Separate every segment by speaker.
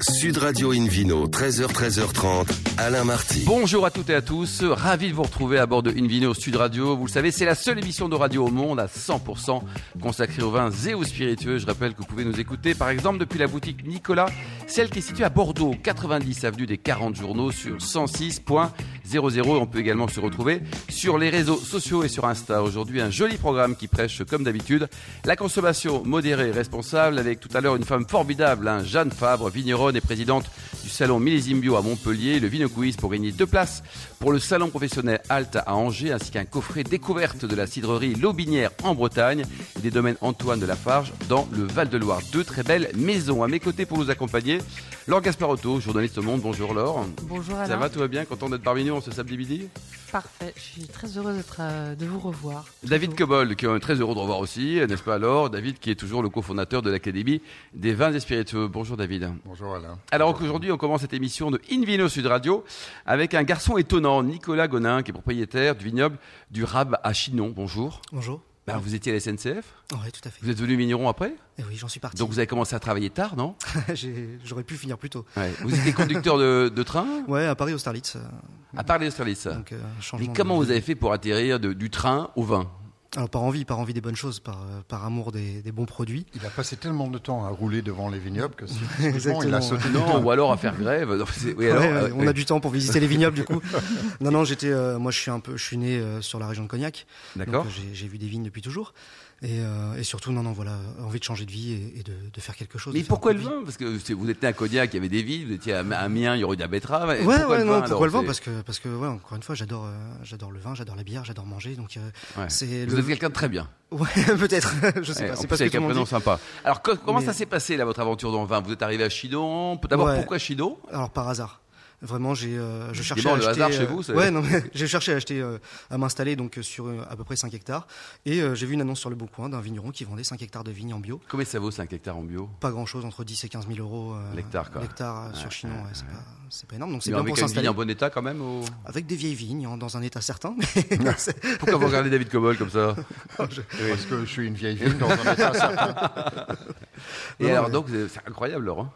Speaker 1: Sud Radio Invino, 13h, 13h30, Alain Marty.
Speaker 2: Bonjour à toutes et à tous, ravi de vous retrouver à bord de Invino Sud Radio. Vous le savez, c'est la seule émission de radio au monde à 100% consacrée aux vins et aux spiritueux. Je rappelle que vous pouvez nous écouter par exemple depuis la boutique Nicolas, celle qui est située à Bordeaux, 90 avenue des 40 journaux sur 106.00. On peut également se retrouver sur les réseaux sociaux et sur Insta. Aujourd'hui, un joli programme qui prêche comme d'habitude la consommation modérée et responsable avec tout à l'heure une femme formidable, hein, Jeanne Fabre, vigneronne et présidente du salon Millésime Bio à Montpellier, le Vino Quiz pour gagner deux places pour le salon professionnel Alte à Angers, ainsi qu'un coffret découverte de la cidrerie Lobinière en Bretagne et des domaines Antoine de Lafarge dans le Val-de-Loire. Deux très belles maisons à mes côtés pour nous accompagner. Laure Gasparotto, journaliste au Monde. Bonjour Laure.
Speaker 3: Bonjour
Speaker 2: Ça
Speaker 3: Alain.
Speaker 2: va, tout va bien Content d'être parmi nous en ce samedi midi
Speaker 3: Parfait. Je suis très heureuse d'être, euh, de vous revoir.
Speaker 2: David
Speaker 3: Toujours.
Speaker 2: Cobol, qui est très heureux de revoir aussi, n'est-ce pas alors David, qui est toujours le cofondateur de l'Académie des vins et spiritueux. Bonjour David.
Speaker 4: Bonjour Alain.
Speaker 2: Alors qu'aujourd'hui, on commence cette émission de Invino Sud Radio avec un garçon étonnant, Nicolas Gonin, qui est propriétaire du vignoble du Rab à Chinon. Bonjour.
Speaker 5: Bonjour.
Speaker 2: Ben, vous étiez à la SNCF
Speaker 5: Oui, tout à fait.
Speaker 2: Vous êtes devenu vigneron après
Speaker 5: Eh oui, j'en suis parti.
Speaker 2: Donc vous avez commencé à travailler tard, non
Speaker 5: J'ai- J'aurais pu finir plus tôt.
Speaker 2: Ouais. Vous étiez conducteur de, de train
Speaker 5: Ouais, à Paris, au Starlitz. euh,
Speaker 2: À part les Austerlitz.
Speaker 5: Donc, euh, changement.
Speaker 2: Ah. Mais
Speaker 5: de-
Speaker 2: comment vous avez fait pour atterrir de- du train au vin
Speaker 5: Alors, par envie, par envie des bonnes choses, par, euh, par amour des, des bons produits.
Speaker 4: Il a passé tellement de temps à rouler devant les vignobles que si effectivement, il
Speaker 5: Exactement.
Speaker 4: a sauté du
Speaker 2: Non,
Speaker 4: train.
Speaker 2: ou alors à faire grève Non, c'est- oui,
Speaker 5: Ouais,
Speaker 2: alors,
Speaker 5: ouais,
Speaker 2: euh,
Speaker 5: on a du temps pour visiter les vignobles, du coup. Non, non, j'étais. euh, moi, je suis un peu. Je suis né euh, sur la région de Cognac.
Speaker 2: D'accord.
Speaker 5: Donc, euh, j'ai- J'ai vu des vignes depuis toujours. Et, euh, et surtout, non, non, voilà, envie de changer de vie et, et de, de faire quelque chose. de
Speaker 2: Mais
Speaker 5: faire un
Speaker 2: pourquoi le
Speaker 5: produit.
Speaker 2: vin Parce que c'est- vous étiez à Cognac, il y avait des villes, vous étiez à Amiens, il y aurait eu de la betterave. Et
Speaker 5: Ouais,
Speaker 2: pourquoi
Speaker 5: ouais,
Speaker 2: le
Speaker 5: non,
Speaker 2: vin,
Speaker 5: pourquoi le
Speaker 2: alors
Speaker 5: vin Parce que, parce que, ouais, encore une fois, j'adore, euh, j'adore le vin, j'adore la bière, j'adore manger. Donc, euh,
Speaker 2: Ouais.
Speaker 5: c'est
Speaker 2: Vous
Speaker 5: le-
Speaker 2: êtes quelqu'un de très bien.
Speaker 5: Ouais, peut-être. je sais
Speaker 2: Eh,
Speaker 5: pas.
Speaker 2: en
Speaker 5: C'est
Speaker 2: plus,
Speaker 5: pas ce que
Speaker 2: avec
Speaker 5: tout
Speaker 2: un
Speaker 5: le monde
Speaker 2: prénom
Speaker 5: dit.
Speaker 2: sympa. Alors, co- comment
Speaker 5: Mais-
Speaker 2: ça s'est passé, là, votre aventure dans le vin Vous êtes arrivé à Chidon. D'abord,
Speaker 5: Ouais.
Speaker 2: pourquoi Chidon
Speaker 5: Alors par hasard. Vraiment, j'ai, euh, je cherchais
Speaker 2: bon,
Speaker 5: à
Speaker 2: le
Speaker 5: acheter.
Speaker 2: hasard chez
Speaker 5: euh,
Speaker 2: vous, c'est-
Speaker 5: ouais, non, mais j'ai cherché à acheter, euh, à m'installer donc euh, sur euh, à peu près 5 hectares. Et euh, j'ai vu une annonce sur le Bon Coin d'un vigneron qui vendait 5 hectares de vignes en bio.
Speaker 2: Combien ça vaut 5 hectares en bio
Speaker 5: Pas grand chose, entre 10 et 15 000 euros. euh,
Speaker 2: L'hectare, quoi.
Speaker 5: L'hectare euh, sur Chinon, ouais, c'est, pas, c'est pas énorme. Donc c'est
Speaker 2: Mais
Speaker 5: bien
Speaker 2: Avec
Speaker 5: pour
Speaker 2: une vigne
Speaker 5: s'installer.
Speaker 2: en bon état, quand même ou-
Speaker 5: Avec des vieilles vignes, hein, dans un état certain. mais c'est-
Speaker 2: Pourquoi vous regardez David Cobol comme ça
Speaker 4: Parce que je suis une vieille vigne dans un état certain.
Speaker 2: Et
Speaker 5: Non,
Speaker 2: alors,
Speaker 5: mais-
Speaker 2: donc, c'est c'est incroyable, Laurent.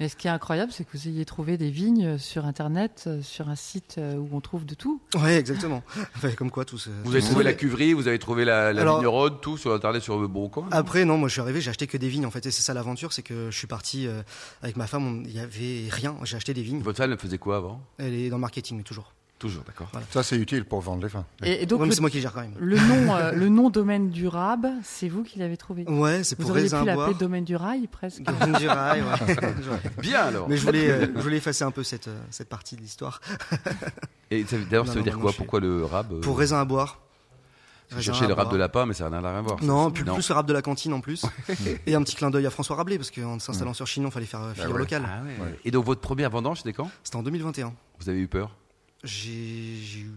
Speaker 3: Mais ce qui est incroyable, c'est que vous ayez trouvé des vignes sur Internet, euh, sur un site euh, où on trouve de tout.
Speaker 5: Ouais, exactement. Enfin, comme quoi, tout ce-
Speaker 2: Vous avez
Speaker 5: tout
Speaker 2: trouvé
Speaker 5: ce-
Speaker 2: la cuverie, vous avez trouvé la, la
Speaker 5: Alors- Ah
Speaker 2: vigneronne, tout sur Internet, sur le bon coin.
Speaker 5: Après, non, moi je suis arrivé, j'ai acheté que des vignes en fait, et c'est ça l'aventure, c'est que je suis parti euh, avec ma femme, on- il y avait rien, j'ai acheté des vignes.
Speaker 2: Votre femme, elle faisait quoi avant
Speaker 5: Elle est dans le marketing toujours.
Speaker 2: Toujours, d'accord.
Speaker 4: Ça, c'est utile pour vendre les vins.
Speaker 3: Et, et donc,
Speaker 5: Ouais, mais c'est
Speaker 3: le,
Speaker 5: moi qui gère quand même.
Speaker 3: le nom, euh, le nom domaine du rab, c'est vous qui l'avez trouvé.
Speaker 5: Ouais, c'est
Speaker 3: Vous
Speaker 5: pour
Speaker 3: auriez
Speaker 5: raisin
Speaker 3: pu
Speaker 5: boire.
Speaker 3: l'appeler domaine du rail, presque.
Speaker 5: Gordon du rail, ouais.
Speaker 2: Bien, alors.
Speaker 5: Mais je voulais, euh, je voulais effacer un peu cette, euh, cette partie de l'histoire.
Speaker 2: Et ça- d'ailleurs, ça
Speaker 5: Non,
Speaker 2: veut
Speaker 5: non,
Speaker 2: dire
Speaker 5: non,
Speaker 2: quoi
Speaker 5: je-
Speaker 2: Pourquoi le rab euh,
Speaker 5: Pour raisin à boire.
Speaker 2: Vous
Speaker 5: Raisin
Speaker 2: cherchez
Speaker 5: à
Speaker 2: le rab
Speaker 5: boire.
Speaker 2: de lapin, mais ça n'a rien à voir. ça.
Speaker 5: Non, plus,
Speaker 2: Non.
Speaker 5: plus le rap de la cantine en plus. Et un petit clin d'œil à François Rabelais, parce qu'en s'installant sur Chinon, fallait faire euh, figure
Speaker 4: ouais.
Speaker 5: locale.
Speaker 2: Ah Mm. ouais. Et donc, votre première vendange, c'était quand
Speaker 5: C'était en 2021.
Speaker 2: Vous avez eu peur
Speaker 5: J'ai. j'ai eu-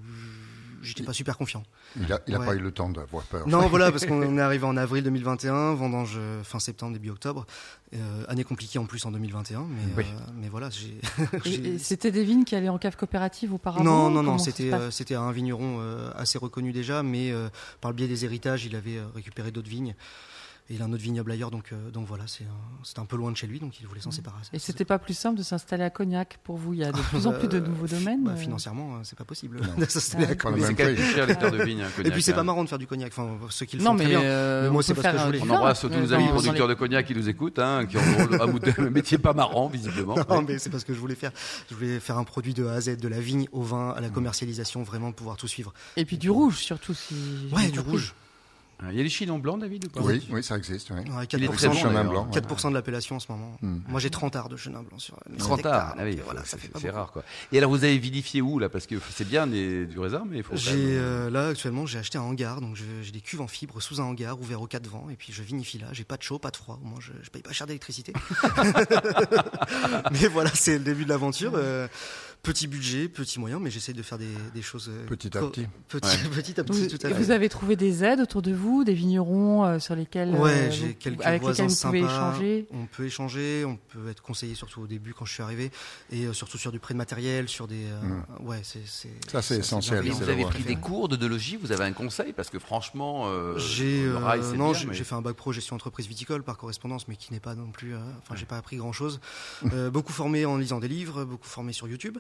Speaker 5: J'étais pas super confiant.
Speaker 4: Il n'a
Speaker 5: Ouais.
Speaker 4: pas eu le temps d'avoir peur.
Speaker 5: Non, voilà, parce qu'on est arrivé en avril 2021, vendange euh, fin septembre, début octobre. Euh, année compliquée en plus en 2021, mais,
Speaker 2: Oui.
Speaker 5: euh, mais voilà, j'ai.
Speaker 3: Et-
Speaker 5: j'ai-
Speaker 3: et C'était des vignes qui allaient en cave coopérative auparavant
Speaker 5: Non, non,
Speaker 3: Comment
Speaker 5: non,
Speaker 3: ça se
Speaker 5: c'était
Speaker 3: passe
Speaker 5: euh, c'était un vigneron euh, assez reconnu déjà, mais euh, par le biais des héritages, il avait euh, récupéré d'autres vignes. Et il a un autre vignoble ailleurs, donc, euh, donc voilà, c'est un, c'est un peu loin de chez lui, donc il voulait s'en séparer.
Speaker 3: Mmh. Et c'était pas plus simple de s'installer à Cognac pour vous Il y a de plus en plus de
Speaker 5: Euh,
Speaker 3: nouveaux
Speaker 5: fi-
Speaker 3: domaines.
Speaker 5: bah,
Speaker 3: euh.
Speaker 5: financièrement, euh, c'est pas possible. de s'installer
Speaker 3: Ah
Speaker 5: à
Speaker 3: oui.
Speaker 4: Pas le
Speaker 5: Cognac.
Speaker 2: C'est
Speaker 4: même
Speaker 2: quand même
Speaker 4: prix.
Speaker 2: cher l'hectare de vigne. hein,
Speaker 5: Et
Speaker 2: Cognac,
Speaker 5: puis c'est
Speaker 2: hein.
Speaker 5: pas marrant de faire du cognac, enfin ceux qui le font
Speaker 3: Non,
Speaker 5: très
Speaker 3: mais,
Speaker 5: bien.
Speaker 3: euh,
Speaker 5: Mais
Speaker 3: on
Speaker 5: moi, c'est
Speaker 3: peut
Speaker 5: pas ce que
Speaker 3: faire
Speaker 5: je
Speaker 3: un
Speaker 5: voulais.
Speaker 2: On
Speaker 3: vin,
Speaker 2: embrasse tous
Speaker 3: euh,
Speaker 2: nos
Speaker 3: dans-
Speaker 2: amis
Speaker 3: dans
Speaker 2: producteurs
Speaker 3: les-
Speaker 2: de cognac qui nous écoutent, hein, qui ont un mouton- un métier pas marrant, visiblement.
Speaker 5: Non, mais c'est parce que je voulais faire. Je voulais faire un produit de A à Z, de la vigne au vin,
Speaker 2: Mm.
Speaker 5: à la commercialisation, vraiment pouvoir tout suivre.
Speaker 3: Et puis du rouge, surtout. Si j'ai
Speaker 5: Ouais, du
Speaker 3: compris.
Speaker 5: rouge.
Speaker 2: Il y a les chinons blancs, David, ou pas
Speaker 4: Oui, oui, ça existe. Oui.
Speaker 5: Ouais,
Speaker 2: Il est
Speaker 5: 4%,
Speaker 2: très bon,
Speaker 5: de-
Speaker 4: Chenin blanc,
Speaker 5: 4% de l'appellation en ce moment. Moi, j'ai 30 arts de chenin blanc sur
Speaker 2: 30
Speaker 5: hectares,
Speaker 2: hectares. Mm. Ah oui,
Speaker 5: donc, voilà,
Speaker 2: faut-
Speaker 5: ça fait
Speaker 2: c'est
Speaker 5: pas
Speaker 2: c'est
Speaker 5: beaucoup.
Speaker 2: rare, quoi. Et alors, vous avez vinifié où, là Parce que c'est bien des- du raisin, mais il faut. quand
Speaker 5: J'ai
Speaker 2: même-
Speaker 5: euh, là actuellement j'ai acheté un hangar donc je- j'ai des cuves en fibre sous un hangar ouvert aux quatre vents et puis je vinifie là j'ai pas de chaud pas de froid au moins je, je paye pas cher d'électricité mais voilà c'est le début de l'aventure euh, Petit budget, petit moyen, mais j'essaie de faire des, des choses euh,
Speaker 4: Petit à
Speaker 5: co-
Speaker 4: petit.
Speaker 5: Petit, petit à petit,
Speaker 3: Vous,
Speaker 5: tout à
Speaker 3: et
Speaker 5: fait.
Speaker 3: vous avez trouvé des aides autour de vous, des vignerons euh, sur lesquels euh,
Speaker 5: Ouais,
Speaker 3: vous-
Speaker 5: j'ai quelques
Speaker 3: avec
Speaker 5: voisins
Speaker 3: lesquels vous pouvez
Speaker 5: sympas.
Speaker 3: échanger.
Speaker 5: On peut échanger, on peut être conseillé surtout au début quand je suis arrivé, et euh, surtout sur du prêt de matériel, sur des. euh, Ouais, c'est.
Speaker 4: Mmh. Ça, c'est essentiel,
Speaker 2: Mais
Speaker 5: bienveillant.
Speaker 4: c'est
Speaker 2: vous avez
Speaker 4: vrai.
Speaker 2: pris des cours de d'œnologie, vous avez un conseil Parce que franchement, euh,
Speaker 5: J'ai
Speaker 2: le
Speaker 5: euh,
Speaker 2: rail, c'est
Speaker 5: non,
Speaker 2: bien,
Speaker 5: j'ai
Speaker 2: mais-
Speaker 5: j'ai fait un bac pro gestion entreprise viticole par correspondance, mais qui n'est pas non plus. euh, Enfin, j'ai pas appris grand chose.
Speaker 4: Mmh.
Speaker 5: beaucoup formé en lisant des livres, beaucoup formé sur YouTube,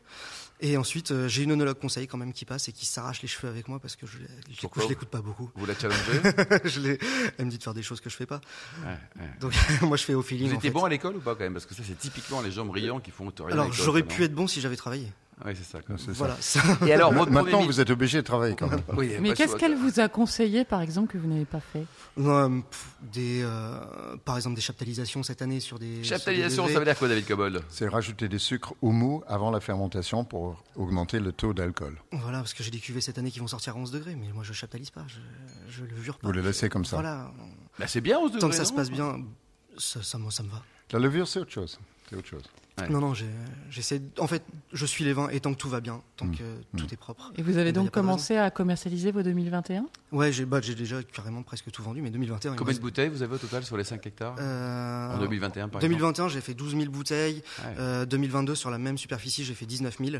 Speaker 5: et ensuite euh, j'ai une onologue conseil quand même qui passe et qui s'arrache les cheveux avec moi parce que je, l'ai- je l'écoute-
Speaker 2: Pourquoi
Speaker 5: je l'écoute pas beaucoup.
Speaker 2: Vous la challengez
Speaker 5: je l'ai- elle me dit de faire des choses que je fais pas.
Speaker 2: Ouais, ouais.
Speaker 5: Donc moi je fais au feeling.
Speaker 2: Vous
Speaker 5: en
Speaker 2: étiez
Speaker 5: fait.
Speaker 2: bon à l'école ou pas quand même Parce que ça, c'est typiquement les gens brillants qui font rien.
Speaker 5: Alors j'aurais pu être bon si j'avais travaillé.
Speaker 2: Oui, c'est ça. quoi.
Speaker 4: C'est ça.
Speaker 5: Voilà. ça.
Speaker 2: Et alors, votre
Speaker 4: Maintenant,
Speaker 2: premier-
Speaker 4: vous êtes obligé de travailler quand même.
Speaker 2: Oui,
Speaker 3: Mais
Speaker 5: bah,
Speaker 2: pas
Speaker 3: qu'est-ce
Speaker 2: sûr.
Speaker 3: qu'elle vous a conseillé, par exemple, que vous n'avez pas fait
Speaker 5: Non, euh, pff, des, euh, par exemple des chaptalisations cette année sur des. sur des
Speaker 2: Chaptalisation,
Speaker 5: levées.
Speaker 2: ça veut dire quoi, David Cobol
Speaker 4: C'est rajouter des sucres au mou avant la fermentation pour augmenter le taux d'alcool.
Speaker 5: Voilà, parce que j'ai des cuvées cette année qui vont sortir à 11 degrés, mais moi je chaptalise pas, je, je le jure pas.
Speaker 4: Vous les laissez comme ça.
Speaker 5: Voilà,
Speaker 2: Bah, C'est bien, on se
Speaker 5: tant
Speaker 2: devrait,
Speaker 5: que ça se
Speaker 2: non
Speaker 5: passe bien, ça, ça, me- ça me va.
Speaker 4: La levure, c'est autre chose. C'est autre chose.
Speaker 2: Ouais.
Speaker 5: Non, non, j'ai- j'essaie. En fait, je suis les vins et tant que tout va bien, tant
Speaker 4: Mmh.
Speaker 5: que tout est propre.
Speaker 3: Et vous
Speaker 5: eh
Speaker 3: avez
Speaker 5: ben, y
Speaker 3: donc
Speaker 5: a pas de
Speaker 3: commencé à commercialiser vos 2021
Speaker 5: raison. Ouais, j'ai bah, j'ai déjà carrément presque tout vendu, mais 2021. il me
Speaker 2: Combien de
Speaker 5: reste-
Speaker 2: bouteilles vous avez au total sur les 5 hectares
Speaker 5: Euh,
Speaker 2: En 2021, par
Speaker 5: 2021, j'ai fait 12 000 bouteilles.
Speaker 2: Ouais.
Speaker 5: Euh, 2022, sur la même superficie, j'ai fait 19 000.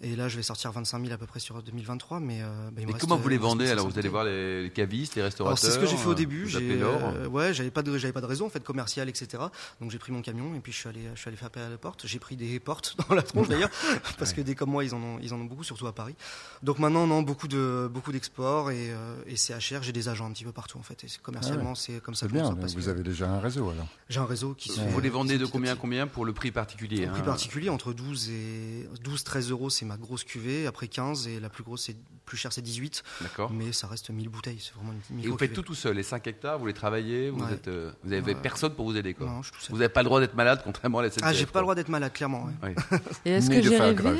Speaker 5: Et là, je vais sortir 25 000 à peu près sur 2023. Mais, euh, bah, il
Speaker 2: exemple.
Speaker 5: me
Speaker 2: Et
Speaker 5: reste,
Speaker 2: comment vous les
Speaker 5: euh,
Speaker 2: vendez Alors,
Speaker 5: 1500
Speaker 2: vous allez
Speaker 5: bouteilles.
Speaker 2: voir les, les cavistes, les restaurateurs
Speaker 5: Alors c'est ce que j'ai fait
Speaker 2: euh,
Speaker 5: au début.
Speaker 2: vous
Speaker 5: J'ai,
Speaker 2: appelez l'or.
Speaker 5: euh, ouais, j'avais pas de, j'avais pas de réseau en fait commercial, etc. Donc j'ai pris mon camion et puis je suis allé, je suis allé faire appel à la porte. J'ai pris des portes dans la tronche d'ailleurs, parce que des comme moi, ils en ont, ils en ont beaucoup, surtout à Paris. Donc maintenant, non, beaucoup de, beaucoup d'exports et, euh, et c'est HR. J'ai des agents un petit peu partout en fait.
Speaker 2: Ah
Speaker 5: Et c'est- commercialement, c'est comme ça.
Speaker 4: C'est
Speaker 5: que je m'en
Speaker 4: bien,
Speaker 5: sors, parce
Speaker 4: vous
Speaker 5: que
Speaker 4: avez déjà un réseau alors.
Speaker 5: J'ai un réseau qui. se fait-
Speaker 2: Vous les vendez
Speaker 5: qui se
Speaker 2: de
Speaker 5: fait petit à
Speaker 2: combien à
Speaker 5: petit.
Speaker 2: combien pour le prix particulier
Speaker 5: Au
Speaker 2: hein
Speaker 5: prix particulier, entre 12 et 12, 13 euros, c'est ma grosse cuvée. Après 15 et la plus grosse, c'est plus chère, c'est 18.
Speaker 2: D'accord.
Speaker 5: Mais ça reste 1000 bouteilles. C'est vraiment une
Speaker 2: Et vous
Speaker 5: micro-cuvée.
Speaker 2: faites tout tout seul, les 5 hectares, vous les travaillez, vous
Speaker 5: Ouais.
Speaker 2: êtes, euh, vous avez
Speaker 5: Ouais.
Speaker 2: personne pour vous aider quoi.
Speaker 5: Non, je suis tout seul.
Speaker 2: vous n'avez pas le droit d'être malade, contrairement à la SNCF.
Speaker 5: Ah, j'ai pas
Speaker 2: quoi.
Speaker 5: le droit d'être malade, clairement. ouais.
Speaker 2: Ouais.
Speaker 3: Et est-ce
Speaker 4: Ni
Speaker 3: que
Speaker 4: de
Speaker 3: j'ai
Speaker 4: faire
Speaker 3: rêvé
Speaker 4: grave.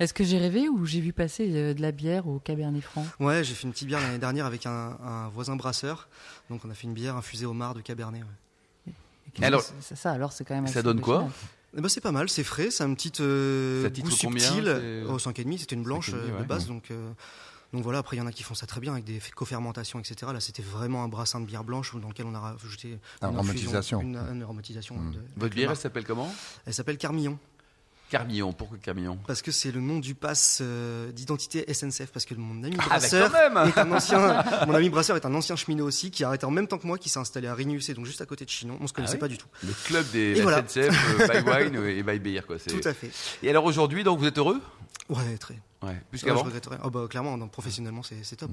Speaker 3: Est-ce que j'ai rêvé ou j'ai vu passer euh, de la bière au Cabernet Franc
Speaker 2: Mmh.
Speaker 5: Ouais, j'ai fait une petite bière l'année dernière avec un, un voisin brasseur. Donc on a fait une bière infusée au mar de Cabernet. ouais.
Speaker 2: Et alors-
Speaker 3: C'est- c'est ça, alors c'est quand même.
Speaker 2: Ça
Speaker 3: assez
Speaker 2: donne quoi
Speaker 3: original.
Speaker 5: Eh ben, c'est pas mal, c'est frais, c'est un petit euh,
Speaker 2: Ça titre
Speaker 5: goût
Speaker 2: combien,
Speaker 5: subtil. Oh,
Speaker 2: c'est-
Speaker 5: Au 5,5, c'était une blanche
Speaker 2: 5,5,
Speaker 5: euh,
Speaker 2: ouais. Mmh.
Speaker 5: de base. Donc, euh, donc voilà, après il y en a qui font ça très bien avec des f- co-fermentations, etc. Là c'était vraiment un brassin de bière blanche dans lequel on a rajouté
Speaker 4: Un
Speaker 5: une
Speaker 4: aromatisation.
Speaker 5: infusion, Une, euh, une aromatisation. de-
Speaker 2: Votre
Speaker 5: de
Speaker 2: bière,
Speaker 5: marc.
Speaker 2: elle s'appelle comment
Speaker 5: Elle s'appelle Carmillon.
Speaker 2: Carmillon. Pourquoi Carmillon
Speaker 5: Parce que c'est le nom du pass euh, d'identité SNCF. Parce que mon ami
Speaker 2: Ah, bah,
Speaker 5: brasseur
Speaker 2: quand même
Speaker 5: est un ancien, mon ami brasseur est un ancien cheminot aussi qui a arrêté en même temps que moi, qui s'est installé à Rigny-UC, donc juste à côté de Chinon. On se connaissait
Speaker 2: Ah oui
Speaker 5: pas du tout.
Speaker 2: Le club des
Speaker 5: Et voilà.
Speaker 2: SNCF, euh, by wine et by beer quoi. c'est-
Speaker 5: Tout à fait.
Speaker 2: Et alors aujourd'hui, donc vous êtes heureux
Speaker 5: Ouais, très.
Speaker 2: Ouais. Plus
Speaker 5: Ouais, je
Speaker 2: qu'avant.
Speaker 5: regretterais. Oh, bah, clairement, non, professionnellement, c'est c'est top.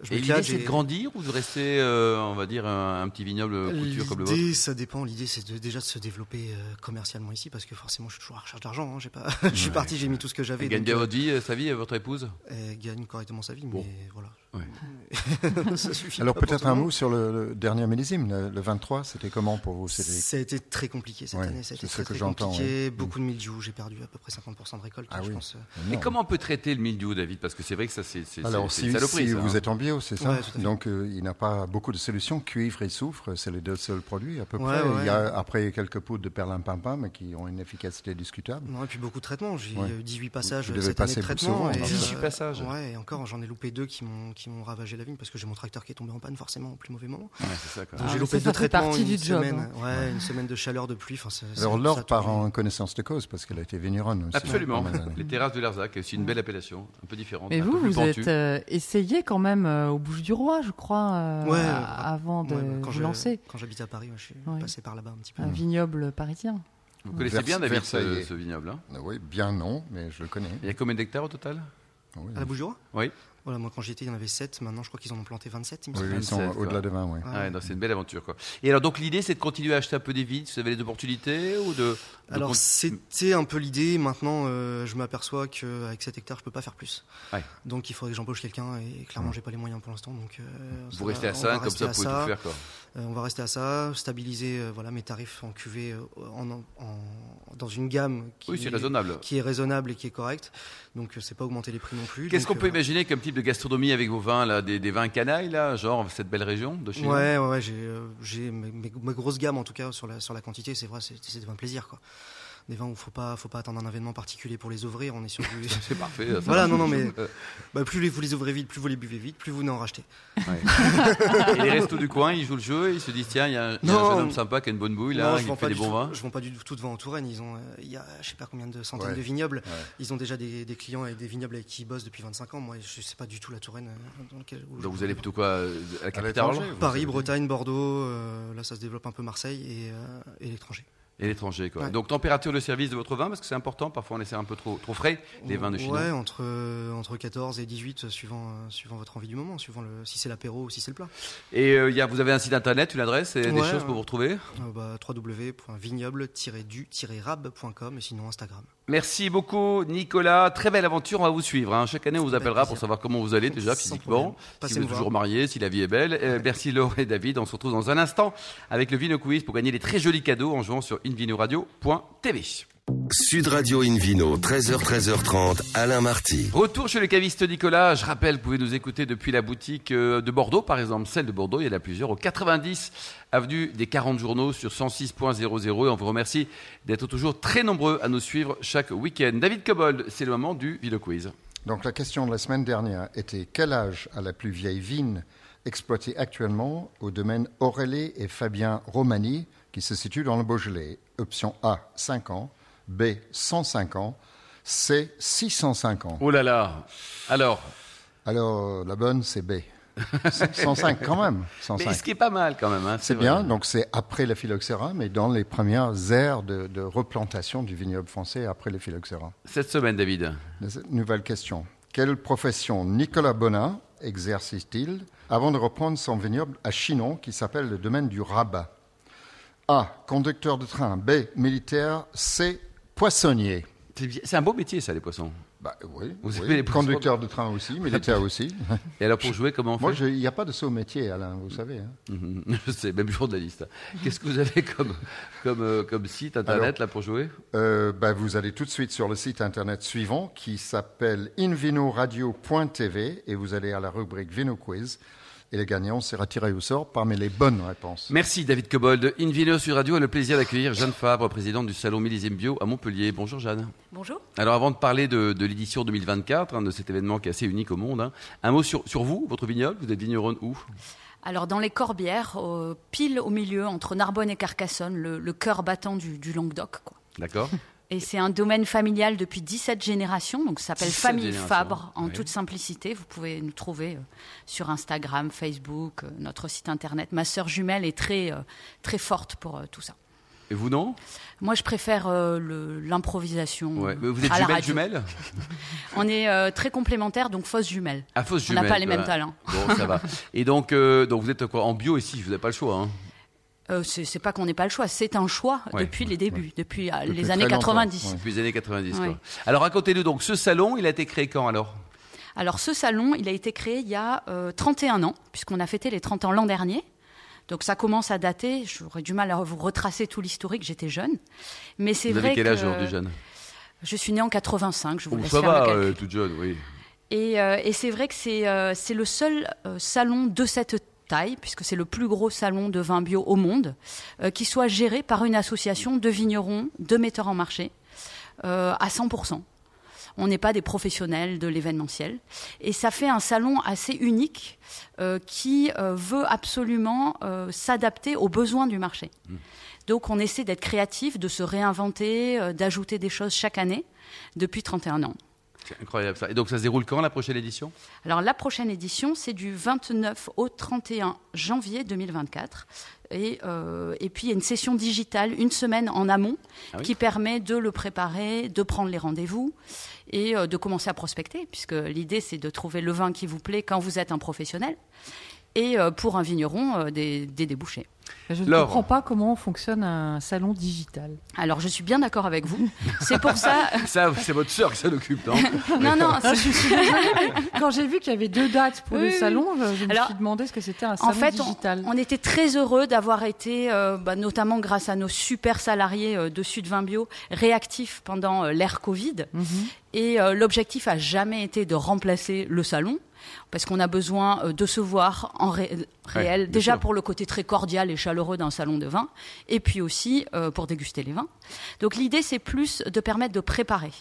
Speaker 5: Je
Speaker 2: Et l'idée,
Speaker 5: m'éclate,
Speaker 2: c'est
Speaker 5: j'ai-
Speaker 2: de grandir ou de rester, euh, on va dire, un, un petit vignoble couture comme le vôtre
Speaker 5: L'idée, ça dépend. L'idée, c'est de- déjà de se développer euh, commercialement ici, parce que forcément, je suis toujours à la recherche d'argent. hein. J'ai pas, je suis parti, j'ai mis tout ce que j'avais.
Speaker 2: Elle gagne
Speaker 5: donc,
Speaker 2: bien
Speaker 5: euh,
Speaker 2: votre vie, euh, sa vie, et votre épouse
Speaker 5: elle gagne correctement sa vie,
Speaker 2: Bon.
Speaker 5: mais voilà.
Speaker 2: Ouais.
Speaker 5: ça suffit.
Speaker 4: Alors
Speaker 5: pas pour
Speaker 4: peut-être
Speaker 5: tout le
Speaker 4: un
Speaker 5: monde.
Speaker 4: mot sur le, le dernier millésime, le, le 23, c'était comment pour vous C'était-
Speaker 5: Ça a été très compliqué cette
Speaker 4: Ouais,
Speaker 5: année. Ça a été
Speaker 4: c'est ce
Speaker 5: très,
Speaker 4: que
Speaker 5: très
Speaker 4: j'entends,
Speaker 5: compliqué.
Speaker 4: ouais. Mm.
Speaker 5: Beaucoup de mildiou. J'ai perdu à peu près 50% de récolte.
Speaker 4: Ah
Speaker 5: je
Speaker 4: oui.
Speaker 5: pense.
Speaker 2: Et
Speaker 4: Non.
Speaker 2: comment on peut traiter le mildiou, David Parce que c'est vrai que ça, c'est c'est-
Speaker 4: Alors
Speaker 2: c'est-
Speaker 4: si,
Speaker 2: c'est une saloperie.
Speaker 4: si
Speaker 2: ça,
Speaker 4: vous
Speaker 2: hein.
Speaker 4: êtes en bio, c'est ça
Speaker 5: Ouais, tout à fait.
Speaker 4: Donc euh, il n'a pas beaucoup de solutions. Cuivre et soufre, c'est les deux seuls produits à peu
Speaker 5: Ouais,
Speaker 4: près.
Speaker 5: ouais.
Speaker 4: Il y a après quelques poudres de perlimpinpin, mais qui ont une efficacité discutable.
Speaker 5: Non, et puis beaucoup de traitements. J'ai
Speaker 4: Ouais.
Speaker 5: eu 18 passages
Speaker 4: Vous
Speaker 5: euh,
Speaker 4: devez
Speaker 5: cette année de
Speaker 4: passer
Speaker 5: traitement.
Speaker 4: souvent,
Speaker 5: et, euh,
Speaker 4: alors.
Speaker 2: 18 passages.
Speaker 5: Ouais, et encore, j'en ai loupé deux qui m'ont qui m'ont ravagé la vigne parce que j'ai mon tracteur qui est tombé en panne forcément au plus mauvais moment.
Speaker 2: Ouais, c'est ça, quoi.
Speaker 5: Donc
Speaker 3: Ah,
Speaker 5: j'ai
Speaker 3: mais
Speaker 5: loupé
Speaker 3: ça,
Speaker 5: deux
Speaker 3: ça fait
Speaker 5: traitements
Speaker 3: partie
Speaker 5: une
Speaker 3: du job,
Speaker 5: semaine.
Speaker 3: hein.
Speaker 5: Ouais, une semaine de chaleur de pluie. Enfin, ça- ça-
Speaker 4: Alors
Speaker 5: ça
Speaker 4: l'or part
Speaker 5: tourne.
Speaker 4: en connaissance de cause, parce qu'elle a été vigneronne aussi.
Speaker 2: Absolument.
Speaker 4: pas mal hein. d'années.
Speaker 2: Les terrasses de Larzac, c'est aussi une belle appellation, un peu différente.
Speaker 3: Mais
Speaker 2: un peu
Speaker 3: vous,
Speaker 2: plus
Speaker 3: vous
Speaker 2: pentue.
Speaker 3: êtes euh, essayé quand même euh, au Bouche du Roi, je crois, euh,
Speaker 5: Ouais,
Speaker 3: a-
Speaker 5: euh,
Speaker 3: avant de
Speaker 5: Ouais, bah, quand
Speaker 3: ben, vous
Speaker 5: je-
Speaker 3: lancer.
Speaker 5: Quand j'habite à Paris, ouais, je suis
Speaker 3: Ouais. Ah
Speaker 5: passé par là-bas un petit
Speaker 2: Hmm.
Speaker 5: peu.
Speaker 3: Un vignoble parisien.
Speaker 2: Vous connaissez
Speaker 4: Vers-
Speaker 2: bien, David, ce,
Speaker 4: Versailles.
Speaker 2: ce vignoble. hein
Speaker 4: Ah Oui, bien non, mais je le connais.
Speaker 2: Il y a combien d'hectares au total
Speaker 4: Oui,
Speaker 5: À la Bougeois
Speaker 2: Oui.
Speaker 5: Voilà, moi quand j'y étais, il y en avait 7. Maintenant, je crois qu'ils en ont planté 27, il me
Speaker 4: Oui,
Speaker 5: semble.
Speaker 4: ils sont
Speaker 2: 27, quoi.
Speaker 4: au-delà de 20, oui.
Speaker 5: Ah
Speaker 2: Ouais,
Speaker 5: ouais.
Speaker 2: non, C'est une belle aventure. Quoi. Et alors, donc, l'idée, c'est de continuer à acheter un peu des vides, si vous avez les opportunités ou de. de
Speaker 5: Alors
Speaker 2: con-
Speaker 5: c'était un peu l'idée. Maintenant, euh, je m'aperçois qu'avec 7 hectares, je peux pas faire plus.
Speaker 2: Ouais. Mmh.
Speaker 5: Donc il faudrait que j'embauche quelqu'un et clairement, j'ai pas les moyens pour l'instant. Donc euh, ça
Speaker 2: Vous
Speaker 5: va-
Speaker 2: restez à
Speaker 5: on
Speaker 2: 5,
Speaker 5: va
Speaker 2: comme
Speaker 5: rester
Speaker 2: ça,
Speaker 5: à
Speaker 2: vous pouvez tout faire. Quoi.
Speaker 5: Euh, on va rester à ça, stabiliser euh, voilà mes tarifs en cuvée euh, en, en- en- dans une gamme qui
Speaker 2: Oui, c'est
Speaker 5: est-
Speaker 2: raisonnable.
Speaker 5: qui est raisonnable et qui est correcte. Donc euh, c'est pas augmenter les prix non plus.
Speaker 2: Qu'est-ce
Speaker 5: Donc,
Speaker 2: qu'on peut
Speaker 5: euh,
Speaker 2: imaginer comme type de gastronomie avec vos vins là, des, des vins canailles, là, genre cette belle région de Chine
Speaker 5: Ouais, ouais, ouais, j'ai, euh, j'ai mes, mes- mes grosses gammes en tout cas sur la, sur la quantité, c'est vrai, c'est, c'est un plaisir quoi. des vins où faut pas, faut pas attendre un événement particulier pour les ouvrir. On est sur du.
Speaker 2: C'est parfait. ça
Speaker 5: Voilà,
Speaker 2: marche Euh,
Speaker 5: non, non,
Speaker 2: toujours.
Speaker 5: Bah, plus les- vous les ouvrez vite, plus vous les buvez vite, plus vous n'en rachetez.
Speaker 2: Ouais. et les restos du coin, ils jouent le jeu, ils se disent tiens, il y a un, il y a un
Speaker 5: Non.
Speaker 2: jeune homme sympa qui a une bonne bouille
Speaker 5: Non,
Speaker 2: là,
Speaker 5: je
Speaker 2: il
Speaker 5: vends
Speaker 2: fait
Speaker 5: pas
Speaker 2: des
Speaker 5: du
Speaker 2: bons
Speaker 5: tout-
Speaker 2: vins.
Speaker 5: Je vends pas du tout de vin en Touraine. Ils ont, euh, il y a, je sais pas combien de centaines
Speaker 4: Ouais.
Speaker 5: de vignobles. Ils ont déjà des, des clients et des vignobles avec qui ils bossent depuis 25 ans. Moi, je sais pas du tout la Touraine euh, dans laquelle. où je-
Speaker 2: Donc vous allez plutôt quoi euh, à la
Speaker 4: À
Speaker 2: capitale
Speaker 4: l'étranger, vous avez
Speaker 5: Paris,
Speaker 4: dit.
Speaker 5: Bretagne, Bordeaux. euh, là, ça se développe un peu Marseille et, euh, et l'étranger.
Speaker 2: et l'étranger quoi.
Speaker 5: Ouais.
Speaker 2: Donc température de service de votre vin parce que c'est important. Parfois on laisse un peu trop trop frais les vins de Chine.
Speaker 5: Ouais, entre euh, entre 14 et 18, euh, suivant euh, suivant votre envie du moment, suivant le si c'est l'apéro ou si c'est le plat.
Speaker 2: Et euh, il y a, vous avez un site internet, une adresse et des
Speaker 5: Ouais,
Speaker 2: choses
Speaker 5: ouais.
Speaker 2: pour vous retrouver.
Speaker 5: Euh, bah, www.vignoble-du-rab.com et sinon Instagram.
Speaker 2: Merci beaucoup Nicolas. Très belle aventure. On va vous suivre. hein. Chaque année on vous
Speaker 5: Avec
Speaker 2: appellera pour
Speaker 5: plaisir.
Speaker 2: savoir comment vous allez déjà
Speaker 5: Sans
Speaker 2: physiquement,
Speaker 5: problème. Passez
Speaker 2: si vous
Speaker 5: me
Speaker 2: êtes
Speaker 5: voir.
Speaker 2: toujours marié, si la vie est belle. Euh, merci Laure et David. On se retrouve dans un instant avec le Vino Quiz pour gagner des très jolis cadeaux en jouant sur invinoradio.tv.
Speaker 1: Sud Radio Invino, 13h, 13h30, Alain Marty.
Speaker 2: Retour chez le caviste Nicolas. Je rappelle, vous pouvez nous écouter depuis la boutique euh, de Bordeaux, par exemple, celle de Bordeaux. Il y en a plusieurs au 90 avenue des 40 Journaux sur 106.00. Et on vous remercie d'être toujours très nombreux à nous suivre chaque week-end. David Cobold, c'est le moment du Vino Quiz.
Speaker 4: Donc la question de la semaine dernière était quel âge a la plus vieille vigne exploitée actuellement au domaine Aurélie et Fabien Romani qui se situe dans le Beaujolais Option A 5 ans, B 105 ans, C 605 ans.
Speaker 2: Oh là là. Alors,
Speaker 4: Alors la bonne c'est B. 105 quand même.
Speaker 2: mais
Speaker 4: 105.
Speaker 2: ce qui est pas mal quand même. hein,
Speaker 4: C'est
Speaker 2: vrai.
Speaker 4: bien, donc c'est après la phylloxéra, mais dans les premières aires de, de replantation du vignoble français après les phylloxéra.
Speaker 2: Cette semaine, David.
Speaker 4: Nouvelle question. Quelle profession Nicolas Bonin exerce-t-il avant de reprendre son vignoble à Chinon qui s'appelle le domaine du Rabat A. Conducteur de train. B. Militaire. C. Poissonnier.
Speaker 2: C'est bien- C'est un beau métier, ça, les poissons.
Speaker 4: Bah, oui,
Speaker 2: Vous
Speaker 4: oui.
Speaker 2: aimez les poissons
Speaker 4: Conducteur de train aussi, militaire aussi.
Speaker 2: Et alors, pour jouer, comment on
Speaker 4: Moi,
Speaker 2: fait
Speaker 4: je- il n'y a pas de saut métier, Alain, vous savez. hein.
Speaker 2: Mhm. je... sais, même jour de la liste. Qu'est-ce que vous avez comme, comme, euh, comme site internet là pour jouer
Speaker 4: Euh, bah, vous allez tout de suite sur le site internet suivant qui s'appelle invinoradio.tv et vous allez à la rubrique Vino Quiz. Et le gagnant sera tiré au sort parmi les bonnes réponses.
Speaker 2: Merci David Cobold. Invino sur Radio a le plaisir d'accueillir Jeanne Fabre, présidente du Salon Millésime Bio à Montpellier. Bonjour Jeanne.
Speaker 6: Bonjour.
Speaker 2: Alors avant de parler de, de l'édition 2024, hein, de cet événement qui est assez unique au monde, hein, un mot sur, sur vous, votre vignoble, vous êtes vigneronne où
Speaker 6: Alors dans les Corbières, euh, pile au milieu entre Narbonne et Carcassonne, le, le cœur battant du, du Languedoc. quoi.
Speaker 2: D'accord
Speaker 6: Et c'est un domaine familial depuis 17 générations, donc ça s'appelle
Speaker 2: 17
Speaker 6: Famille
Speaker 2: générations,
Speaker 6: Fabre en
Speaker 2: oui.
Speaker 6: toute simplicité. Vous pouvez nous trouver euh, sur Instagram, Facebook, euh, notre site internet. Ma sœur jumelle est très, euh, très forte pour euh, tout ça.
Speaker 2: Et vous non
Speaker 6: Moi, je préfère euh, le- l'improvisation.
Speaker 2: Ouais. Mais
Speaker 6: euh,
Speaker 2: Vous êtes
Speaker 6: à la
Speaker 2: jumelle
Speaker 6: radio.
Speaker 2: jumelle
Speaker 6: On est euh, très complémentaires, donc fausse jumelle.
Speaker 2: À fausse
Speaker 6: On
Speaker 2: jumelle.
Speaker 6: n'a pas les
Speaker 2: quoi.
Speaker 6: mêmes talents.
Speaker 2: Bon, ça va. Et donc, euh, donc vous êtes quoi en bio ici, vous n'avez pas le choix. hein.
Speaker 6: Euh, c'est c'est pas qu'on n'ait pas le choix, c'est un choix
Speaker 2: Ouais,
Speaker 6: depuis les débuts, depuis, euh,
Speaker 4: Depuis
Speaker 6: les années
Speaker 4: très longtemps,
Speaker 6: 90.
Speaker 4: ouais.
Speaker 2: Depuis les années 90.
Speaker 6: Ouais.
Speaker 2: Quoi. Alors racontez-nous donc, ce salon, il a été créé quand alors
Speaker 6: Alors ce salon, il a été créé il y a euh, 31 ans, puisqu'on a fêté les 30 ans l'an dernier. Donc ça commence à dater, j'aurais du mal à vous retracer tout l'historique, j'étais jeune. Mais c'est
Speaker 2: Vous
Speaker 6: vrai
Speaker 2: avez quel
Speaker 6: que
Speaker 2: âge aujourd'hui Jeanne
Speaker 6: je suis née en 85, je vous
Speaker 2: Bon,
Speaker 6: laisse
Speaker 2: Ça
Speaker 6: faire le
Speaker 2: va,
Speaker 6: calcul.
Speaker 2: euh, toute jeune, oui.
Speaker 6: Et, euh, et c'est vrai que c'est euh, c'est le seul euh, salon de cette taille, puisque c'est le plus gros salon de vin bio au monde, euh, qui soit géré par une association de vignerons, de metteurs en marché, euh, à 100%. On n'est pas des professionnels de l'événementiel. Et ça fait un salon assez unique euh, qui euh, veut absolument euh, s'adapter aux besoins du marché. Donc on essaie d'être créatif, de se réinventer, euh, d'ajouter des choses chaque année depuis 31 ans.
Speaker 2: C'est incroyable ça. Et donc ça se déroule quand la prochaine édition
Speaker 6: Alors la prochaine édition, c'est du 29 au 31 janvier 2024. Et, euh, et puis il y a une session digitale une semaine en amont
Speaker 2: Ah oui
Speaker 6: qui permet de le préparer, de prendre les rendez-vous et euh, de commencer à prospecter, puisque l'idée c'est de trouver le vin qui vous plaît quand vous êtes un professionnel et euh, pour un vigneron euh, des, des débouchés.
Speaker 3: Je ne
Speaker 2: Laure.
Speaker 3: comprends pas comment fonctionne un salon digital.
Speaker 6: Alors je suis bien d'accord avec vous. C'est pour ça.
Speaker 2: Ça, c'est votre sœur qui s'en occupe, non
Speaker 6: non, non, c'est-
Speaker 3: Quand j'ai vu qu'il y avait deux dates pour
Speaker 6: Oui,
Speaker 3: le
Speaker 6: oui,
Speaker 3: salon, je, je me
Speaker 6: Alors,
Speaker 3: suis demandé ce que c'était un salon
Speaker 6: en fait, on-
Speaker 3: digital.
Speaker 6: On, était très heureux d'avoir été, euh, bah, notamment grâce à nos super salariés euh, de Sud 20 Bio, réactifs pendant euh, l'ère Covid.
Speaker 3: Mhm.
Speaker 6: Et euh, l'objectif a jamais été de remplacer le salon, parce qu'on a besoin euh, de se voir en ré- euh, réel,
Speaker 2: bien
Speaker 6: déjà
Speaker 2: sûr.
Speaker 6: pour le côté très cordial et chaleureux d'un salon de vin, et puis aussi euh, pour déguster les vins. Donc l'idée, c'est plus de permettre de préparer,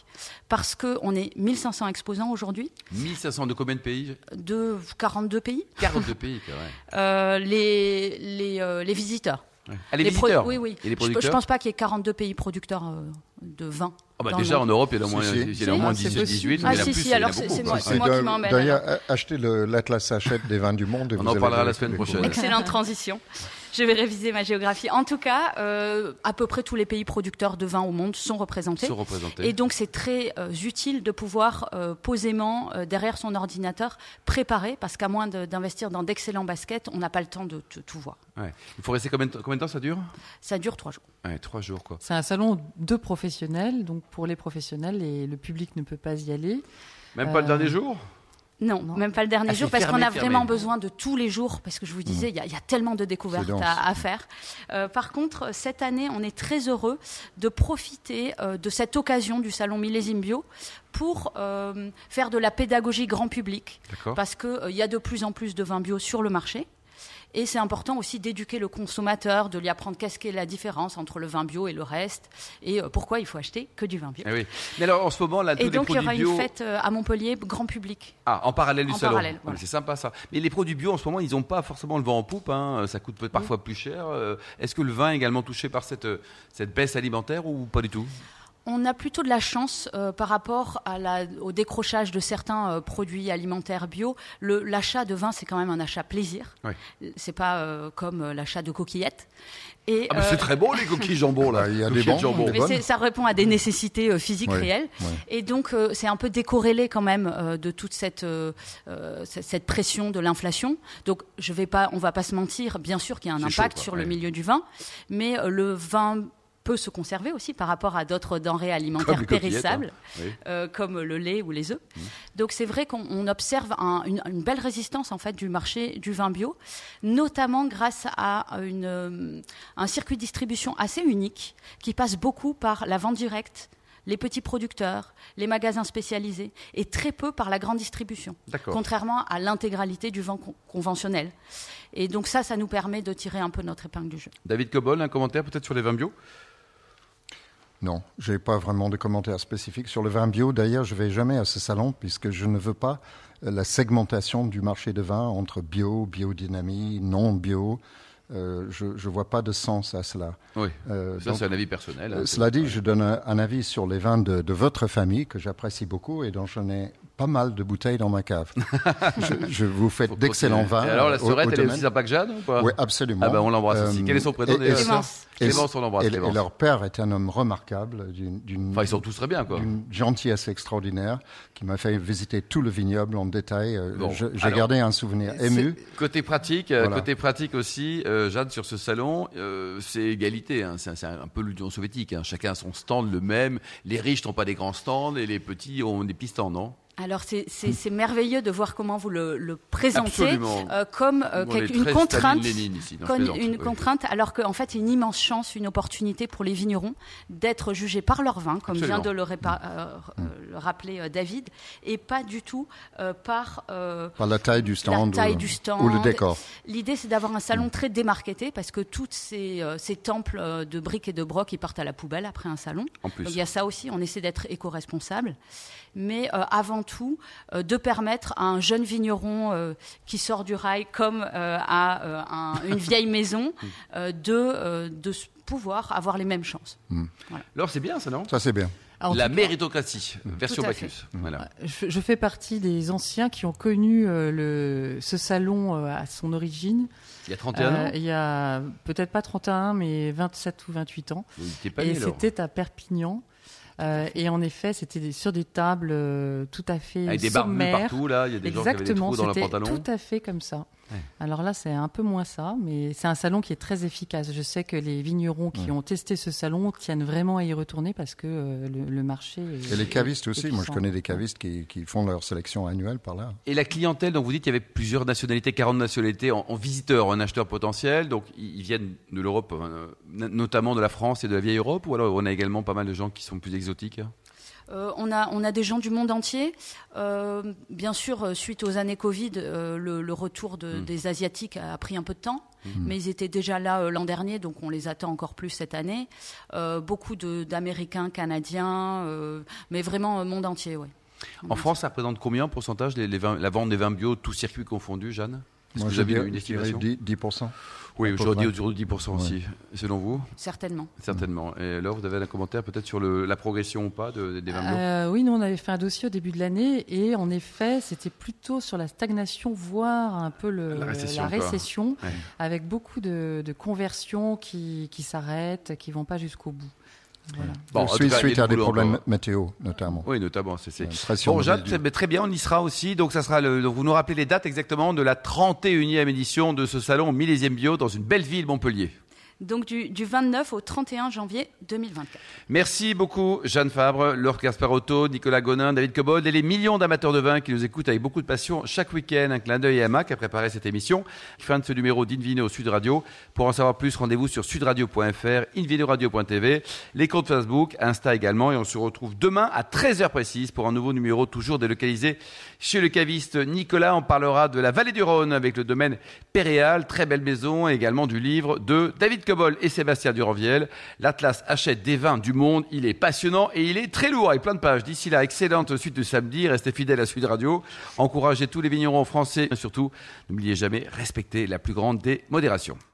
Speaker 6: parce qu'on est 1500 exposants aujourd'hui,
Speaker 2: 1500 de combien de pays
Speaker 6: de 42 pays,
Speaker 2: 42 pays, quand même.
Speaker 6: euh, les, les, euh, les visiteurs.
Speaker 2: Ouais. Ah, les,
Speaker 6: Les pro-
Speaker 2: visiteurs
Speaker 6: Oui, oui.
Speaker 2: Et les
Speaker 6: Je-
Speaker 2: producteurs
Speaker 6: je, pense pas qu'il y ait 42 pays producteurs euh, de vin.
Speaker 2: Ah bah
Speaker 6: dans le
Speaker 2: déjà
Speaker 6: monde.
Speaker 2: en Europe, il y en a au moins,
Speaker 4: Si, si.
Speaker 2: il y en a au moins
Speaker 3: Ah, c'est
Speaker 2: 17,
Speaker 3: possible.
Speaker 2: 18.
Speaker 6: Ah,
Speaker 2: mais il y en a
Speaker 6: si,
Speaker 2: plus,
Speaker 6: si,
Speaker 2: il y en a
Speaker 6: alors c'est-
Speaker 2: beaucoup,
Speaker 6: c'est
Speaker 2: quoi.
Speaker 6: moi- c'est moi qui m'emmène.
Speaker 4: D'ailleurs, a- achetez le- l'Atlas Sachette des vins du monde. et
Speaker 2: On
Speaker 4: vous
Speaker 2: en
Speaker 4: allez
Speaker 2: parlera la
Speaker 4: voir
Speaker 2: semaine
Speaker 4: les
Speaker 2: prochaine.
Speaker 4: couleurs.
Speaker 6: Excellente transition. Je vais réviser ma géographie. En tout cas, euh, à peu près tous les pays producteurs de vin au monde sont représentés.
Speaker 2: Sont représentés.
Speaker 6: Et donc, c'est très euh, utile de pouvoir euh, posément, euh, derrière son ordinateur, préparer, parce qu'à moins de- d'investir dans d'excellents baskets, on n'a pas le temps de t- tout voir.
Speaker 2: Ouais. Il faut rester combien de, combien de temps ça dure
Speaker 6: Ça dure trois jours.
Speaker 2: ouais, Trois jours, quoi.
Speaker 3: C'est un salon de professionnels, donc pour les professionnels, et le public ne peut pas y aller.
Speaker 2: Même pas le
Speaker 3: Euh,
Speaker 2: dernier jour
Speaker 6: Non,
Speaker 3: Non.
Speaker 6: même pas le dernier
Speaker 2: Ah,
Speaker 6: jour,
Speaker 2: c'est
Speaker 6: parce qu'on
Speaker 2: fermé,
Speaker 6: a
Speaker 2: fermé. Mhm.
Speaker 6: vraiment besoin de tous les jours, parce que je vous disais, il y a- il y, a tellement de découvertes
Speaker 4: C'est dense.
Speaker 6: à, à faire. Euh, par contre, cette année, on est très heureux de profiter euh, de cette occasion du Salon Millésime Bio pour euh, faire de la pédagogie grand public,
Speaker 2: D'accord.
Speaker 6: parce qu'il y a de plus en plus de vins bio sur le marché. Et c'est important aussi d'éduquer le consommateur, de lui apprendre qu'est-ce qu'est la différence entre le vin bio et le reste, et euh, pourquoi il faut acheter que du vin bio.
Speaker 2: Eh oui. Mais alors, en ce moment, là, tous
Speaker 6: Et donc
Speaker 2: les
Speaker 6: il y
Speaker 2: produits
Speaker 6: aura
Speaker 2: bio.
Speaker 6: une fête euh, à Montpellier, grand public.
Speaker 2: Ah, en parallèle du
Speaker 6: En
Speaker 2: salon.
Speaker 6: parallèle,
Speaker 2: Ah,
Speaker 6: voilà.
Speaker 2: mais C'est sympa ça. Mais les produits bio en ce moment, ils n'ont pas forcément le vent en poupe. hein. Ça coûte peut- parfois plus cher. Euh, Est-ce que le vin est également touché par cette, euh, cette baisse alimentaire ou pas du tout
Speaker 6: On a plutôt de la chance euh, par rapport à la- au décrochage de certains euh, produits alimentaires bio. Le- L'achat de vin, c'est quand même un achat plaisir.
Speaker 2: Oui.
Speaker 6: C'est pas euh, comme euh, l'achat de coquillettes. Et,
Speaker 2: Ah, mais c'est
Speaker 6: euh,
Speaker 2: très bon les coquilles jambon là.
Speaker 4: Bah, il y a
Speaker 2: Coquilles
Speaker 4: des bons,
Speaker 2: jambon.
Speaker 4: des
Speaker 6: mais c'est- ça répond à des nécessités euh, physiques
Speaker 4: Ouais,
Speaker 6: réelles.
Speaker 4: ouais.
Speaker 6: Et donc, euh, c'est un peu décorrélé quand même euh, de toute cette, euh, euh, cette- cette pression de l'inflation. Donc, je vais pas, on va pas se mentir, bien sûr qu'il y a un
Speaker 2: C'est
Speaker 6: impact
Speaker 2: chaud, quoi,
Speaker 6: sur
Speaker 2: ouais.
Speaker 6: le milieu du vin, mais euh, le vin peut se conserver aussi par rapport à d'autres denrées
Speaker 2: Comme
Speaker 6: alimentaires
Speaker 2: les coquillettes, hein.
Speaker 6: périssables
Speaker 2: Oui. Mm.
Speaker 6: euh, comme le lait ou les œufs. Donc c'est vrai qu'on on observe un- une, une belle résistance en fait du marché du vin bio, notamment grâce à une, euh, un circuit de distribution assez unique qui passe beaucoup par la vente directe, les petits producteurs, les magasins spécialisés et très peu par la grande distribution.
Speaker 2: D'accord.
Speaker 6: Contrairement à l'intégralité du vin con- conventionnel. Et donc ça, ça nous permet de tirer un peu notre épingle du jeu.
Speaker 2: David Cobol, un commentaire peut-être sur les vins
Speaker 4: Euh,
Speaker 2: bio
Speaker 4: Non, je n'ai pas vraiment de commentaires spécifiques sur le vin bio. D'ailleurs, je ne vais jamais à ce salon puisque je ne veux pas euh, la segmentation du marché de vin entre bio, biodynamie, non bio. Euh, je ne vois pas de sens à cela.
Speaker 2: Oui.
Speaker 4: Euh,
Speaker 2: Ça,
Speaker 4: donc,
Speaker 2: c'est un avis personnel. hein.
Speaker 4: euh, cela dit, je donne un, un avis sur les vins de, de votre famille que j'apprécie beaucoup et dont j'en ai pas mal de bouteilles dans ma cave. je, je vous fais
Speaker 2: Faut
Speaker 4: d'excellents
Speaker 2: continuer.
Speaker 4: vins.
Speaker 2: Et alors, la
Speaker 4: euh, au-
Speaker 2: sœurette,
Speaker 4: au
Speaker 2: elle est
Speaker 4: domaine.
Speaker 2: aussi sympa que Jeanne ou pas
Speaker 4: Oui, absolument.
Speaker 2: Ah bah, on l'embrasse
Speaker 4: Euh,
Speaker 2: aussi. Quel est son prénom
Speaker 4: et-
Speaker 2: d'ailleurs
Speaker 4: et-
Speaker 6: Clémence.
Speaker 4: et-
Speaker 2: Clémence, on l'embrasse,
Speaker 4: Et,
Speaker 2: Clémence.
Speaker 4: et leur père est un homme remarquable, d'une- d'une
Speaker 2: Enfin, ils sont tous très bien, quoi.
Speaker 4: d'une gentillesse extraordinaire, qui m'a fait visiter tout le vignoble en détail. Euh,
Speaker 2: Bon,
Speaker 4: je- J'ai
Speaker 2: alors,
Speaker 4: gardé un souvenir ému.
Speaker 2: Côté pratique, euh,
Speaker 4: Voilà.
Speaker 2: côté pratique aussi, euh, Jeanne, sur ce salon, euh, c'est égalité. hein. c'est c'est un, peu l'Union soviétique. hein. chacun a son stand le même. Les riches n'ont pas des grands stands et les petits ont des petits stands, non
Speaker 6: Alors c'est- c'est c'est merveilleux de voir comment vous le, le présentez
Speaker 2: Absolument.
Speaker 6: euh, comme euh,
Speaker 2: On
Speaker 6: quelque-
Speaker 2: est
Speaker 6: une
Speaker 2: très
Speaker 6: contrainte.
Speaker 2: Staline-Lénine ici. Non, je
Speaker 6: Con-
Speaker 2: plaisante,
Speaker 6: une
Speaker 2: oui.
Speaker 6: contrainte, alors qu'en fait, c'est une immense chance, une opportunité pour les vignerons d'être jugés par leur vin, comme
Speaker 2: Absolument.
Speaker 6: vient de le, répa- euh, euh, le rappeler euh, David, et pas du tout euh, par euh,
Speaker 4: Par la taille du stand,
Speaker 6: la taille
Speaker 4: ou, euh,
Speaker 6: du stand.
Speaker 4: ou le décor. Mm.
Speaker 6: L'idée, c'est d'avoir un salon très démarqueté, parce que tous ces, euh, ces temples euh, de briques et de brocs, qui partent à la poubelle après un salon.
Speaker 2: En plus.
Speaker 6: Donc, il y a ça aussi, on essaie d'être éco-responsable, mais euh, avant tout euh, de permettre à un jeune vigneron euh, qui sort du rail comme euh, à euh, un- une vieille maison euh, de, euh, de s- pouvoir avoir les mêmes chances.
Speaker 2: Alors, c'est bien, ça, non
Speaker 4: Ça, c'est bien.
Speaker 3: Alors, Ah, en
Speaker 2: La
Speaker 3: tout
Speaker 2: méritocratie, version
Speaker 6: Tout à fait.
Speaker 2: Bacchus. Voilà.
Speaker 3: Je, je fais partie des anciens qui ont connu euh, le, ce salon euh, à son origine.
Speaker 2: Il y a 31
Speaker 3: Euh,
Speaker 2: ans,
Speaker 3: il y a peut-être pas 31, mais 27 ou 28 ans.
Speaker 2: il n'était pas
Speaker 3: et
Speaker 2: né, alors.
Speaker 3: c'était à Perpignan. Euh, et en effet, c'était des- sur des tables euh, tout à fait
Speaker 2: Avec des barbus
Speaker 3: sommaires.
Speaker 2: partout, là, il y a des gens qui avaient des
Speaker 3: Exactement,
Speaker 2: trous dans leur
Speaker 3: c'était
Speaker 2: pantalon.
Speaker 3: tout à fait comme ça.
Speaker 2: Ouais.
Speaker 3: Alors là, c'est un peu moins ça, mais c'est un salon qui est très efficace. Je sais que les vignerons qui ont testé ce salon tiennent vraiment à y retourner parce que euh, le, le marché. est-
Speaker 4: Et les cavistes
Speaker 3: est
Speaker 4: aussi. Moi, je
Speaker 3: puissant.
Speaker 4: connais des cavistes qui, qui font leur sélection annuelle par là.
Speaker 2: Et la clientèle, donc vous dites qu'il y avait plusieurs nationalités, 40 nationalités en, en visiteurs, en acheteurs potentiels. Donc ils hein, ils viennent de l'Europe, euh, n- notamment de la France et de la vieille Europe. Ou alors on a également pas mal de gens qui sont plus exotiques
Speaker 6: Euh, on, a, on a des gens du monde entier. Euh, bien sûr, euh, suite aux années Covid, euh, le, le retour de-
Speaker 2: Mm.
Speaker 6: des Asiatiques a, a pris un peu de temps, mais ils étaient déjà là euh, l'an dernier, donc on les attend encore plus cette année. Euh, beaucoup de- d'Américains, Canadiens, euh, mais vraiment euh, monde entier, oui.
Speaker 2: En France, ça représente combien en pourcentage les, les vins- la vente des vins bio, tous circuits confondus, Jeanne Est-ce
Speaker 4: Moi,
Speaker 2: que vous
Speaker 4: je
Speaker 2: avez
Speaker 4: dirais-
Speaker 2: une
Speaker 4: je dirais
Speaker 2: estimation
Speaker 4: 10%. 10%.
Speaker 2: Oui,
Speaker 4: à peu
Speaker 2: aujourd'hui
Speaker 4: près.
Speaker 2: autour de 10% aussi, selon vous
Speaker 6: Certainement.
Speaker 2: Certainement. Et alors, vous avez un commentaire peut-être sur le- la progression ou pas de- des vins bio
Speaker 3: Euh, oui, nous on avait fait un dossier au début de l'année et en effet, c'était plutôt sur la stagnation, voire un peu le-
Speaker 2: La récession, quoi.
Speaker 3: récession,
Speaker 2: Ouais.
Speaker 3: avec beaucoup de, de conversions qui, qui s'arrêtent, qui vont pas jusqu'au bout. Voilà.
Speaker 2: Bon, en tout
Speaker 4: suite
Speaker 2: cas, il y a
Speaker 4: suite
Speaker 2: du
Speaker 4: à des
Speaker 2: boulot
Speaker 4: problèmes
Speaker 2: encore.
Speaker 4: météo, notamment.
Speaker 2: Oui, notamment. c'est- c'est-
Speaker 4: La pression
Speaker 2: Bon,
Speaker 4: de
Speaker 2: Jade,
Speaker 4: résidus.
Speaker 2: mais très bien, on y sera aussi. Donc, ça sera le, donc, vous nous rappelez les dates exactement de la 31e édition de ce salon millésime bio dans une belle ville, Montpellier.
Speaker 6: Donc du, du 29 au 31 janvier 2024.
Speaker 2: Merci beaucoup, Jeanne Fabre, Laure Gasparotto, Nicolas Gonin, David Cobold et les millions d'amateurs de vin qui nous écoutent avec beaucoup de passion chaque week-end. Un clin d'œil à Emma qui a préparé cette émission. Fin de ce numéro d'Invino Sud Radio. Pour en savoir plus, rendez-vous sur sudradio.fr, invinoradio.tv, les comptes Facebook, Insta également. Et on se retrouve demain à 13h précise pour un nouveau numéro toujours délocalisé chez le caviste Nicolas. On parlera de la vallée du Rhône avec le domaine Péréal, très belle maison, et également du livre de David Cobol et Sébastien Duranviel. L'Atlas achète des vins du monde. Il est passionnant et il est très lourd avec plein de pages. D'ici là, excellente suite de samedi. Restez fidèles à Sud Radio. Encouragez tous les vignerons français. Et surtout, n'oubliez jamais, respectez la plus grande des modérations.